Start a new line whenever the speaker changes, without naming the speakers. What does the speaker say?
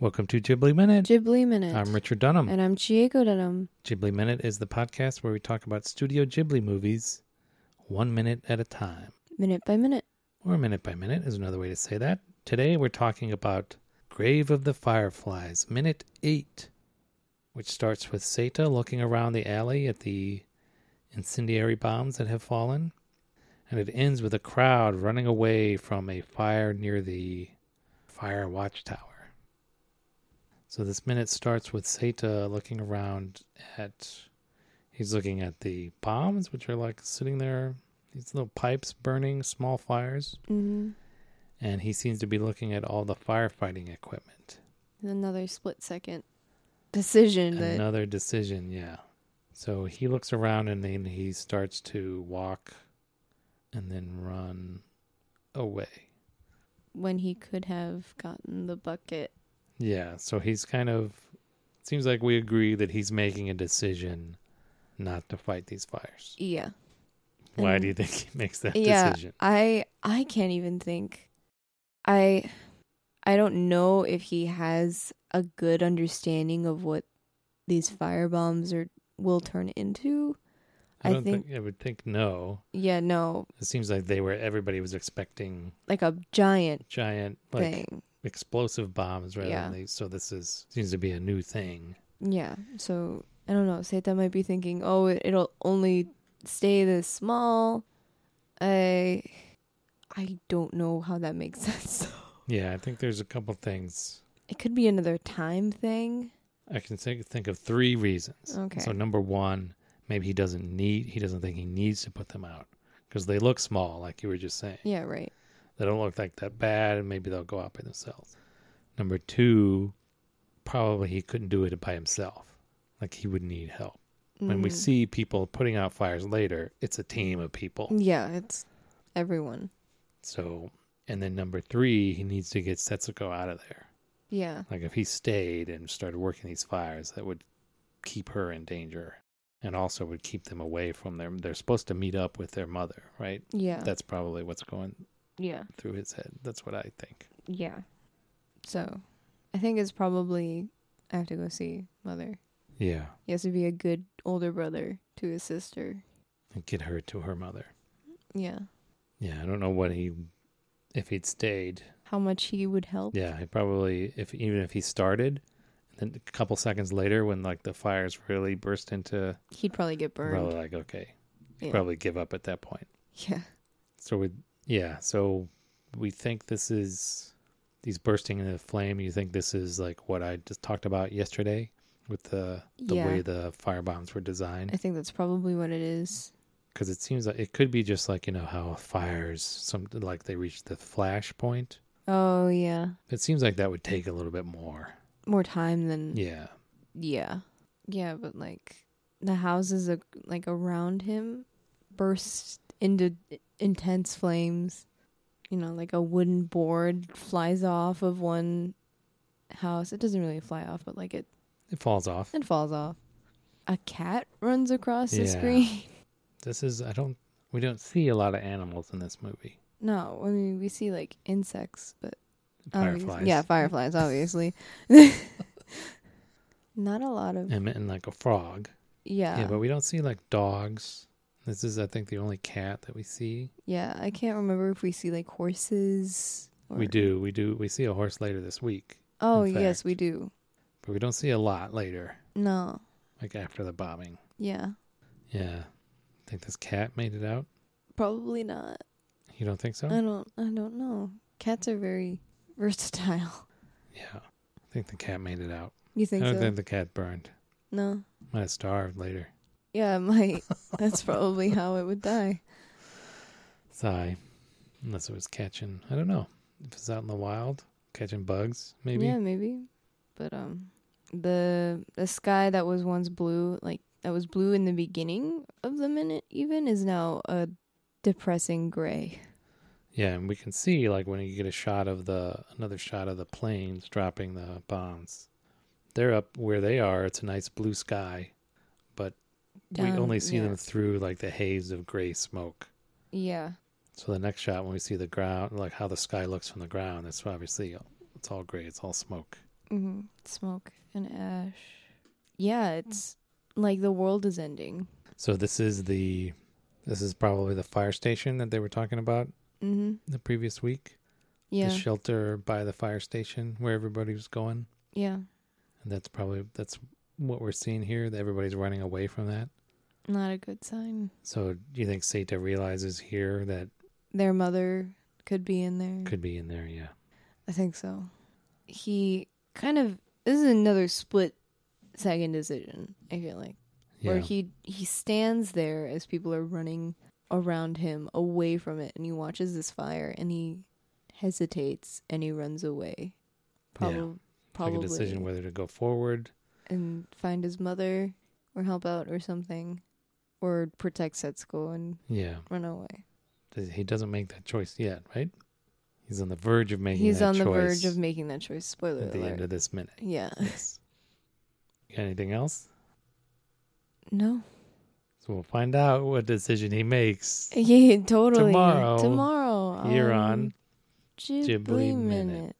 Welcome to Ghibli Minute.
Ghibli Minute.
I'm Richard Dunham.
And I'm Chieko Dunham.
Ghibli Minute is the podcast where we talk about Studio Ghibli movies one minute at a time,
Minute by minute.
or minute by minute is another way to say that. Today we're talking about Grave of the Fireflies, minute eight, which starts with Seta looking around the alley at the incendiary bombs that have fallen. And it ends with a crowd running away from a fire near the fire watchtower. So this minute starts with Seta looking around at he's looking at the bombs which are like sitting there these little pipes burning small fires
Mm-hmm.
and he seems to be looking at all the firefighting equipment.
Another split second decision that
Another decision, yeah. So he looks around and then he starts to walk and then run away.
when he could have gotten the bucket.
Yeah, so he's kind of seems like we agree that he's making a decision not to fight these fires.
Yeah.
Why
And-
do you think he makes that
yeah,
decision?
I I can't even think. I I don't know if he has a good understanding of what these firebombs are will turn into.
I
I
don't think,
think-
I would think no.
Yeah, no.
It seems like they were everybody was expecting
Like a giant
giant like
thing.
explosive bombs rather
Yeah.
than these. So this is seems to be a new thing.
Yeah. So I don't know. Seta might be thinking, oh, it, it'll only stay this small. I I don't know how that makes sense.
Yeah, I think there's a couple things
it could be another time thing.
I can think think of three reasons.
Okay.
So number one, maybe he doesn't need he doesn't think he needs to put them out because they look small, like you were just saying.
Yeah. Right.
They don't look like that bad, and maybe they'll go out by themselves. Number two, probably he couldn't do it by himself. Like he would need help. when we
Mhm.
see people putting out fires later, it's a team of people.
Yeah, it's everyone.
So, and then number three, he needs to get Setsuko out of there.
Yeah.
Like if he stayed and started working these fires, that would keep her in danger, and also would keep them away from their. They're supposed to meet up with their mother, right?
Yeah.
That's probably what's going
yeah.
through his head. That's what I think.
Yeah. So, I think it's probably I have to go see mother.
Yeah,
He has to be a good older brother to his sister.
and get her to her mother.
Yeah.
Yeah, I don't know what he, if he'd stayed,
How much he would help.
Yeah, he probably if even if he started, and then a couple seconds later when like the fires really burst into,
He'd probably get
we're
burned.
probably like okay, he'd
Yeah.
probably give up at that point.
Yeah.
So we yeah, so we think this is these bursting into flame. You think this is like what I just talked about yesterday with the the
Yeah.
way the fire bombs were
I
designed?
think that's probably what it is.
Because it seems like it could be just like you know how fires some like they reach the flash point.
Oh yeah,
It seems like that would take a little bit more.
more time than yeah,
Yeah.
yeah, but like the houses a- like around him burst into intense flames. You know, like a wooden board flies off of one house. It doesn't really fly off, but like it
It falls off.
it falls off. A cat runs across the
Yeah.
screen.
this is I don't we don't see a lot of animals in this movie.
No, I mean we see like insects, but obvious-
Fireflies.
yeah, fireflies, obviously. Not a lot of
And, and like a frog.
yeah,
yeah,
yeah,
but we don't see like dogs. This is I think the only cat that we see.
I can't remember if we see like horses. Or...
We do. We do we see a horse later this week.
Oh
in
yes,
fact.
we do.
But we don't see a lot later.
No,
Like after the bombing.
yeah,
Yeah. Think this cat made it out?
probably not.
You don't think so?
I don't. I don't know. Cats are very versatile.
yeah. I think the cat made it out.
You
I
think
don't
so?
think the cat burned.
No.
Might have starved later.
Yeah, it might. That's probably how it would die.
Sigh. Unless it was catching I don't know. If it's out in the wild, catching bugs, maybe.
Yeah, maybe. But um the the sky that was once blue, like that was blue in the beginning of the minute even is now a depressing gray.
Yeah, and we can see like when you get a shot of the another shot of the planes dropping the bombs. They're up where they are, it's a nice blue sky, but we
Down,
only see
yeah.
them through like the haze of gray smoke.
Yeah.
So the next shot when we see the ground like how the sky looks from the ground, it's obviously it's all gray, it's all smoke.
hmm Smoke and ash. Mm. Yeah, it's like the world is ending.
So this is the this is probably the fire station that they were talking about
Mm-hmm.
the previous week.
Yeah.
The shelter by the fire station where everybody was going.
yeah.
And that's probably that's what we're seeing here. That everybody's running away from that.
Not a good sign.
So do you think Sata realizes here that
Their mother could be in there.
could be in there, yeah.
I think so. He kind of this is another split second decision, I feel like. Where
Yeah.
he he stands there as people are running around him away from it and he watches this fire and he hesitates and he runs away. Probab-
Yeah. Like
Probably
a decision whether to go forward.
and find his mother or help out or something. Or protect Setsuko and
Yeah.
run away.
Does- He doesn't make that choice yet, right? He's on the verge of making
He's
that
on the
choice
verge of making that choice. Spoiler
at the
alert.
end of this minute.
yeah.
Yes. Anything else?
No.
So we'll find out what decision he makes
Yeah, totally.
Tomorrow,
Tomorrow.
here on
Ghibli,
Ghibli Minute.
Minute.